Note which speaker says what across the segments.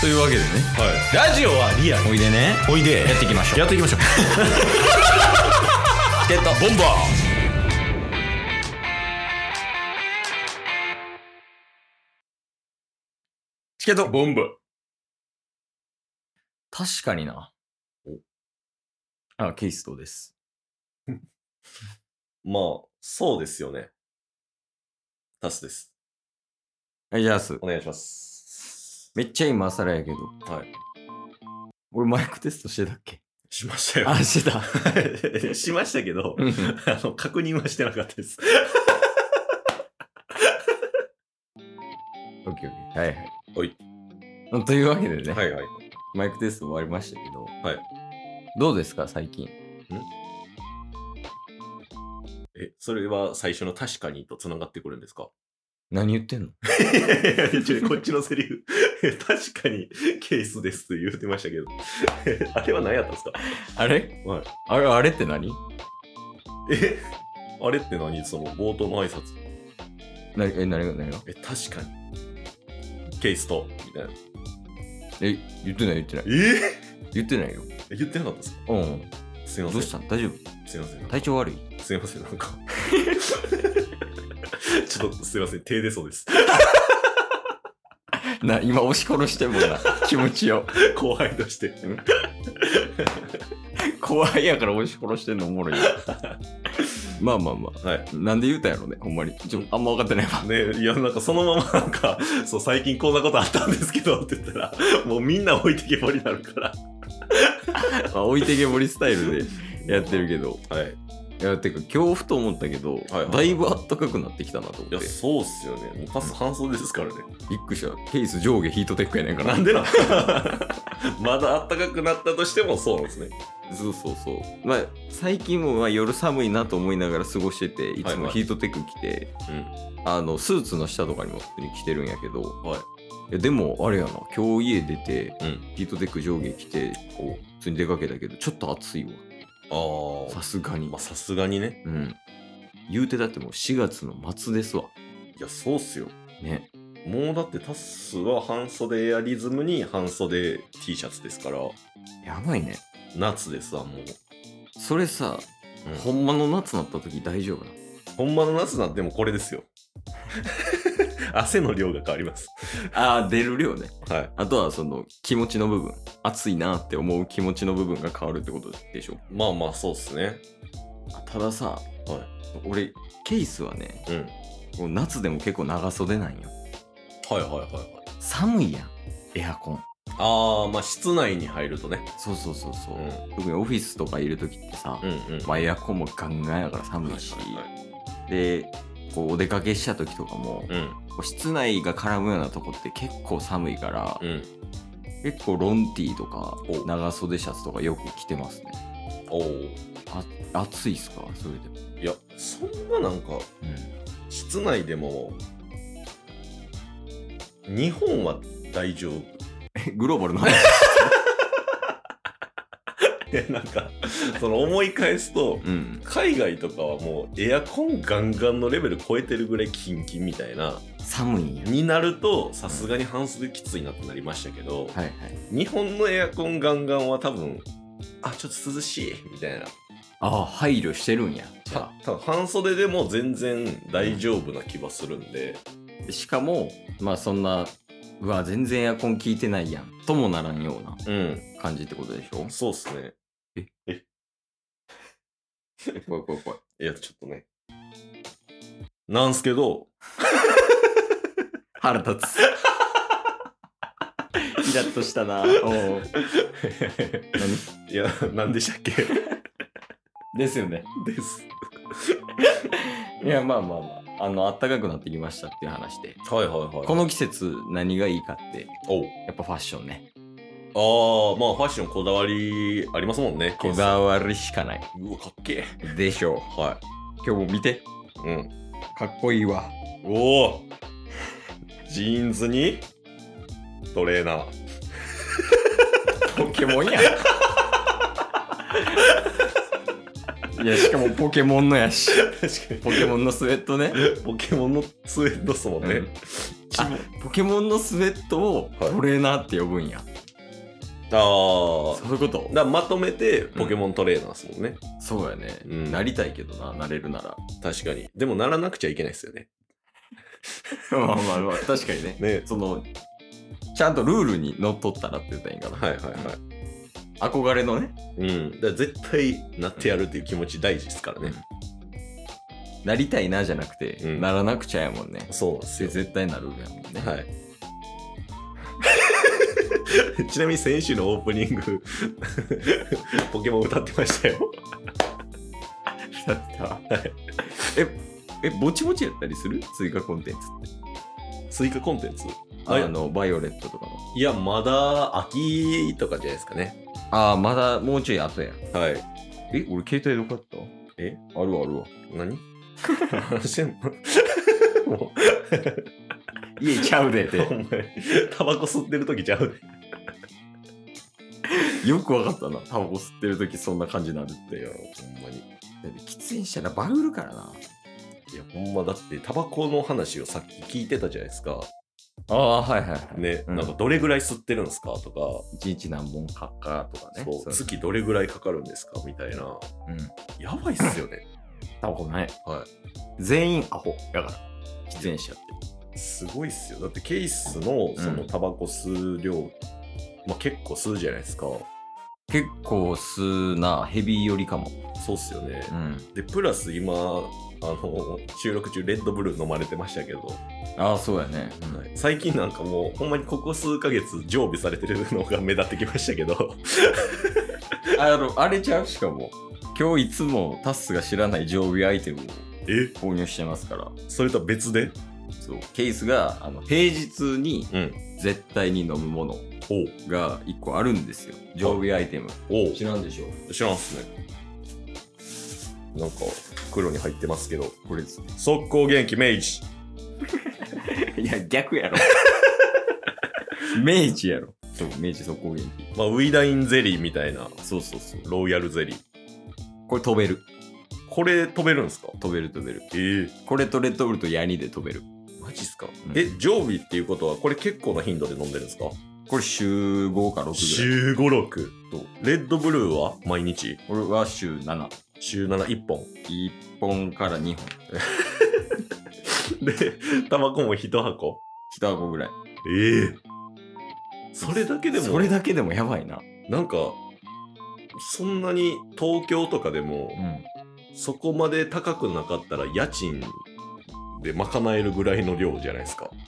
Speaker 1: というわけでね
Speaker 2: ラジオはリアル
Speaker 1: おいでね
Speaker 2: おいで
Speaker 1: やっていきましょう
Speaker 2: やってい きましょう
Speaker 1: チケットボンバーチケット
Speaker 2: ボンバー
Speaker 1: 確かにな。あ、ケイスト です。
Speaker 3: まあ、そうですよね。タスです。
Speaker 1: はい、じゃあす。
Speaker 3: お願いします。
Speaker 1: めっちゃ今更やけど。
Speaker 3: はい。
Speaker 1: 俺マイクテストしてたっけ
Speaker 3: しま したよ。
Speaker 1: あ、してた。
Speaker 3: しましたけど、
Speaker 1: うん
Speaker 3: あの、確認 はしてなかったです。
Speaker 1: オッケーオッケー。はいはい。
Speaker 3: おい
Speaker 1: うん。というわけでね、
Speaker 3: はいはい。
Speaker 1: マイクテスト終わりましたけど。。
Speaker 3: はい
Speaker 1: どうですか、最近。
Speaker 3: え、それは最初の確かにと繋がってくるんですか
Speaker 1: 何言ってんの
Speaker 3: いやいやいやちょこっちのセリフ、 確かにケースですと言ってましたけど、 あれは何やったんですか
Speaker 1: あれ
Speaker 3: はい。
Speaker 1: あれ、あれって何
Speaker 3: え、あれって何その冒頭の挨拶。
Speaker 1: 何え、何が何が
Speaker 3: え、確かに。ケースと、みたいな。
Speaker 1: え、言ってない言ってない。
Speaker 3: え
Speaker 1: 言ってないよ。
Speaker 3: 言ってなかったですか
Speaker 1: うん。
Speaker 3: すいません。
Speaker 1: どうしたん大丈夫
Speaker 3: すいません。
Speaker 1: 体調悪い
Speaker 3: すいません、なんか ちょっとすいません、手出そうです。
Speaker 1: な、今押し殺してんもん な。気持ちよ。
Speaker 3: 後輩として。
Speaker 1: 怖いやから押し殺してんのおもろ いよまあまあま
Speaker 3: はい。
Speaker 1: あなんで言うたんやろねほんまにちょあんま分かってないわ
Speaker 3: ねいや、なんかそのままなんか、そう、最近こんなことあったんですけどって言ったら、もうみんな置いてけぼりになるから。
Speaker 1: まあ置いてけぼりスタイルでやってるけど
Speaker 3: はい。
Speaker 1: いやてか今日ふと思ったけど、
Speaker 3: はいはい
Speaker 1: だいぶあったかくなってきたなと思っ
Speaker 3: い
Speaker 1: て
Speaker 3: や、そうっすよね。もうパス半袖ですからね。
Speaker 1: びっくりしたケース上下ヒートテックやねんか
Speaker 3: な
Speaker 1: ら
Speaker 3: んでなんまだ暖かくなったとしても そうなんですね。
Speaker 1: そうそうそうまあ最近もまあ夜寒いなと思いながら過ごしてていつ
Speaker 3: はい
Speaker 1: も
Speaker 3: はい
Speaker 1: ヒートテック着て、あのスーツの下とかにも普通に着てるんやけど、
Speaker 3: はい
Speaker 1: いやでもあれやな今日家出て、
Speaker 3: うん
Speaker 1: ヒートテック上下着てこう普通に出かけたけどちょっと暑いわ
Speaker 3: うん。あ
Speaker 1: さすがに、
Speaker 3: まあ、さすがにね。
Speaker 1: うん言うてだってもう4月の末ですわ
Speaker 3: いや、そうっすよ。
Speaker 1: ね
Speaker 3: もうだってタスは半袖エアリズムに半袖 T シャツですから、
Speaker 1: やばいね
Speaker 3: 夏ですわ、もう。
Speaker 1: それさ、
Speaker 3: うん
Speaker 1: ほんまの夏なった時大丈夫な
Speaker 3: ほんまの夏なんてもうこれですよ。 汗の量が変わります。
Speaker 1: あー出る量ね
Speaker 3: はい。
Speaker 1: あとはその気持ちの部分暑いなって思う気持ちの部分が変わるってことでしょ
Speaker 3: まあまあ、そうっすね。
Speaker 1: たださ、俺ケースはね
Speaker 3: うん。
Speaker 1: こう夏でも結構長袖なんよ
Speaker 3: はいはいはいはい。
Speaker 1: 寒いやんエアコン
Speaker 3: ああ、まあ室内に入るとね。
Speaker 1: そうそうそうそう、
Speaker 3: う
Speaker 1: 特にオフィスとかいる時ってさ、
Speaker 3: んうん
Speaker 1: まあ、エアコンもガンガンやから寒いし、でこうお出かけした時とかも、こ
Speaker 3: うん
Speaker 1: う室内が絡むようなとこって結構寒いから、
Speaker 3: うん。
Speaker 1: 結構ロンティーとか
Speaker 3: お
Speaker 1: 長袖シャツとかよく着てますね
Speaker 3: おお。
Speaker 1: あ暑いっすかそれでも、
Speaker 3: いや、そんななんか、室内でも、日本は大丈夫。
Speaker 1: え グローバルの話
Speaker 3: で なんか、その思い返すと、
Speaker 1: うん
Speaker 3: 海外とかはもうエアコンガンガンのレベル超えてるぐらいキンキンみたいな
Speaker 1: 寒いんや
Speaker 3: になるとさすがに半袖きついなってなりましたけど、
Speaker 1: はいはい
Speaker 3: 日本のエアコンガンガンは多分あちょっと涼しいみたいな
Speaker 1: ああ配慮してるんやじゃ
Speaker 3: た多分半袖でも全然大丈夫な気はするんで、
Speaker 1: あしかもまあそんなうわ全然エアコン効いてないやんともならんような
Speaker 3: うん
Speaker 1: 感じってことでしょ
Speaker 3: そうっすね
Speaker 1: 怖い怖い怖い
Speaker 3: いやちょっとねなんすけど
Speaker 1: 腹立つ イラッとした なお
Speaker 3: いや 何でしたっけ
Speaker 1: ですよね
Speaker 3: です
Speaker 1: いやまあまあまああの暖かくなってきましたっていう話で
Speaker 3: はいはいはい
Speaker 1: この季節何がいいかって
Speaker 3: おう
Speaker 1: やっぱファッションね
Speaker 3: ああまあファッションこだわりありますもんね
Speaker 1: こだわりしかないう
Speaker 3: わかっけえ
Speaker 1: でしょ
Speaker 3: は
Speaker 1: う今日も見て
Speaker 3: いうん
Speaker 1: かっこいいわ
Speaker 3: おおジーンズにトレーナー
Speaker 1: ポケモン やいやしかもポケモンのやし
Speaker 3: 確か
Speaker 1: ポケモンのスウェットね
Speaker 3: にポケモンのスウェットっすもんね、
Speaker 1: うん
Speaker 3: キモ
Speaker 1: ポケモンのスウェットを
Speaker 3: はい
Speaker 1: トレーナーって呼ぶんや。
Speaker 3: あ
Speaker 1: そういうこと
Speaker 3: あだからまとめてポケモントレーナーですもんね、
Speaker 1: そうやね、
Speaker 3: うん
Speaker 1: なりたいけどな、なれるなら。
Speaker 3: 確かにでもならなくちゃいけないですよね
Speaker 1: まあまあまあ、確かにね。
Speaker 3: ね
Speaker 1: その、ちゃんとルールにのっとったらって言ったらいいんかな。
Speaker 3: はいはいはい
Speaker 1: 憧れのね、
Speaker 3: うんだから絶対なってやるっていう気持ち大事ですからね、
Speaker 1: なりたいなじゃなくて、
Speaker 3: うん
Speaker 1: ならなくちゃやもんね。
Speaker 3: そうなんです
Speaker 1: で
Speaker 3: よ
Speaker 1: 絶対なるやもんね。
Speaker 3: はい ちなみに先週のオープニングポケモン歌ってましたよ
Speaker 1: だった。え、え、ぼちぼちやったりする追加コンテンツって。
Speaker 3: 追加コンテンツ
Speaker 1: あ
Speaker 3: はい
Speaker 1: の、バイオレットとかの。
Speaker 3: いやまだ秋とかじゃないですかね
Speaker 1: ああ、まだもうちょい後や。
Speaker 3: はい
Speaker 1: え、俺携帯どこやった
Speaker 3: え
Speaker 1: あるわあるわ。
Speaker 3: 何話してんのも
Speaker 1: いえ、ちゃうでっ
Speaker 3: うお前タバコ吸ってる時ちゃうね
Speaker 1: よくわかったな。タバコ吸ってる時そんな感じになるって。
Speaker 3: いやほんまに
Speaker 1: だって喫煙者なバグるからな。
Speaker 3: いやほんまだってタバコの話をさっき聞いてたじゃないですか
Speaker 1: ああ、はいはいは
Speaker 3: ね、
Speaker 1: うん
Speaker 3: なんかどれぐらい吸ってるんですかとか
Speaker 1: 一日何本買っかとかね。
Speaker 3: そう
Speaker 1: そう
Speaker 3: 月どれぐらいかかるんですかみたい
Speaker 1: うん。
Speaker 3: なやばいっすよね
Speaker 1: タバコない。
Speaker 3: は
Speaker 1: 全員アホ。だから、喫煙者って。
Speaker 3: いすごいっすよだってケイスのその
Speaker 1: うん
Speaker 3: タバコ吸う量、まあ、結構吸うじゃないですか
Speaker 1: 結構吸うな、ヘビー寄りかも。
Speaker 3: そうっすよね、
Speaker 1: ん。
Speaker 3: でプラス今あの収録中レッドブルー飲まれてましたけど、
Speaker 1: ああ、そうやね。うん
Speaker 3: はい最近なんかもうほんまにここ数ヶ月常備されてるのが目立ってきましたけど
Speaker 1: あの、あれちゃうしかも。今日いつもタッスが知らない常備アイテムを
Speaker 3: え
Speaker 1: 購入してますから。
Speaker 3: それとは別で
Speaker 1: そう。ケースが、あの、平日に
Speaker 3: うん
Speaker 1: 絶対に飲むもの
Speaker 3: おう
Speaker 1: が1個あるんですよ。常備アイテム。
Speaker 3: おう
Speaker 1: 知らんでしょ
Speaker 3: 知らんっすねなんか袋に入ってますけど
Speaker 1: これですね。
Speaker 3: 速攻元気明治
Speaker 1: いや、逆やろ。明治やろ。そう、明治速攻元気。
Speaker 3: まあ、ウイダインゼリーみたいな
Speaker 1: そうそうそう。
Speaker 3: ロイヤルゼリー
Speaker 1: これ飛べる。
Speaker 3: これ飛べるんですか
Speaker 1: 飛べる飛べる。
Speaker 3: ええ
Speaker 1: これとレッドブルとヤニで飛べる。
Speaker 3: マジっすか、
Speaker 1: うん
Speaker 3: え常備っていうことはこれ結構な頻度で飲んでるんですか
Speaker 1: これ週5か6ぐらい。
Speaker 3: 週56レッドブルーは毎日
Speaker 1: これは週7。
Speaker 3: 週71本
Speaker 1: 1本から2本。
Speaker 3: でタバコも1箱
Speaker 1: 1箱ぐらい。
Speaker 3: ええそれだけでも
Speaker 1: それだけでもやばいな。
Speaker 3: なんかそんなに東京とかでも、
Speaker 1: うん。
Speaker 3: そこまで高くなかったら家賃で賄えるぐらいの量じゃないですか
Speaker 1: だか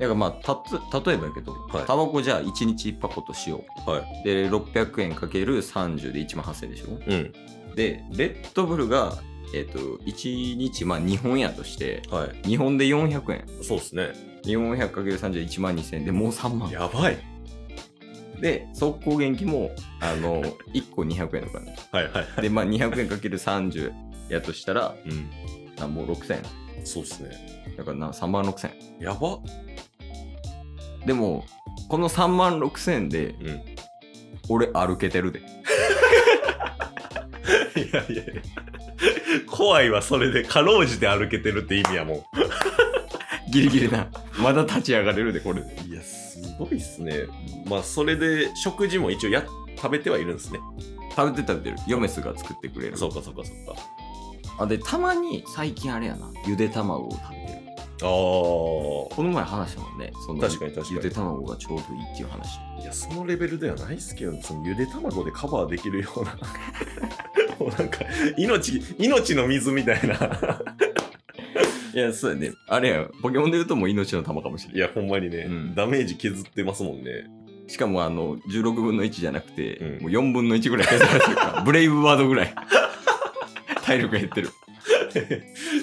Speaker 1: らまあ、たつ、例えばやけど、
Speaker 3: はい
Speaker 1: タバコじゃあ1日1箱としよう。
Speaker 3: は
Speaker 1: で、600円かける30で1万8000円でしょ。
Speaker 3: うん
Speaker 1: で、レッドブルが、えっ、と、1日、まあ2本やとして、
Speaker 3: は
Speaker 1: 2本で400円。
Speaker 3: いそうっすね
Speaker 1: 400×30 で1万2000円でもう3万。
Speaker 3: やばい
Speaker 1: で、速攻元気も、あの、1個200円とかね。
Speaker 3: はいはいはい。
Speaker 1: で、まあ200円 ×30 やとしたら、
Speaker 3: うん。
Speaker 1: あもう6000円。
Speaker 3: そうですね。
Speaker 1: だからな3万6000円。
Speaker 3: やば。
Speaker 1: でも、この3万6000円で、
Speaker 3: うん。い
Speaker 1: 俺歩けてるで。
Speaker 3: やいや怖いわ、それで。かろうじて歩けてるって意味やも
Speaker 1: ギリギリな。まだ立ち上がれるで、これで。
Speaker 3: ん。いや、すごいっすね。まあ、それで食事も一応や食べてはいるんですね。
Speaker 1: 食べて食べてる。ヨメスが作ってくれる。
Speaker 3: そうかそうかそうか。
Speaker 1: あで、たまに最近あれやな。ゆで卵を食べてる。
Speaker 3: あ
Speaker 1: この前話したもんね。その
Speaker 3: 確かに確かに
Speaker 1: ゆで卵がちょうどいいっていう話。
Speaker 3: あ。いや、そのレベルではないっすけど、そのゆで卵でカバーできるような。 もうなんか、命、命の水みたいな。
Speaker 1: いや、そうやね。あれや、ポケモンで言うともう命の玉かもしれない
Speaker 3: いや、ほんまにね、
Speaker 1: うん
Speaker 3: ダメージ削ってますもんね。
Speaker 1: しかもあの16分の1じゃなくて、
Speaker 3: うん
Speaker 1: もう4分の1ぐらい削られてる からブレイブワードぐらい体力減ってる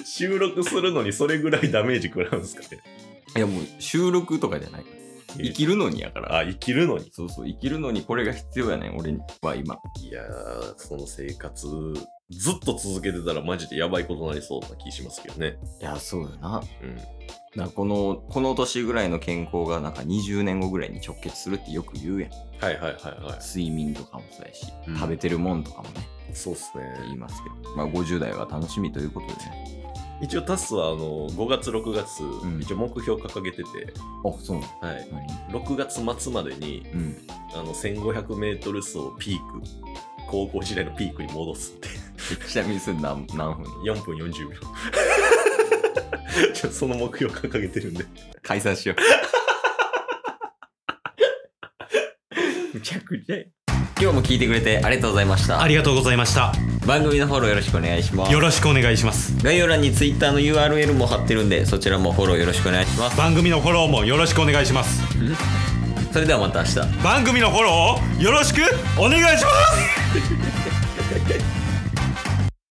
Speaker 3: 収録するのにそれぐらいダメージ食らうんですかね。
Speaker 1: いやもう収録とかじゃない生きるのにやから
Speaker 3: あ、生きるのに。
Speaker 1: そうそう生きるのにこれが必要やねん俺には今
Speaker 3: いやー、その生活ずっと続けてたらマジでやばいことになりそうな気しますけどね。
Speaker 1: いや、そうよな。
Speaker 3: うん。
Speaker 1: なこの、この年ぐらいの健康がなんか20年後ぐらいに直結するってよく言うやん。
Speaker 3: はいはいはいは
Speaker 1: 睡眠とかもそうやし、
Speaker 3: うん
Speaker 1: 食べてるもんとかもね、
Speaker 3: い。そうっす
Speaker 1: って言い
Speaker 3: ね。
Speaker 1: ますけど。まあ50代は楽しみということでね。
Speaker 3: 一応タスはあの5月6月、
Speaker 1: ん
Speaker 3: 一応目標掲げてて、
Speaker 1: あ、そうなの
Speaker 3: はい。
Speaker 1: 何
Speaker 3: 6月末までに
Speaker 1: うん。
Speaker 3: あの1500メートル走ピーク、高校時代のピークに戻すって。
Speaker 1: ちなみにそれ何何分
Speaker 3: 4分40秒。 ちょその目標掲げてるんで。
Speaker 1: 解散しよう。むちゃくちゃ今日も聞いてくれてありがとうございました
Speaker 2: あ。りがとうございました。
Speaker 1: 番組のフォローよろしくお願いします
Speaker 2: よ。ろしくお願いします。
Speaker 1: 概要欄に Twitter の URL も貼ってるんで、そちらもフォローよろしくお願いします。
Speaker 2: 番組のフォローもよろしくお願いします。
Speaker 1: それではまた明日。
Speaker 2: 番組のフォローをよろしくお願いします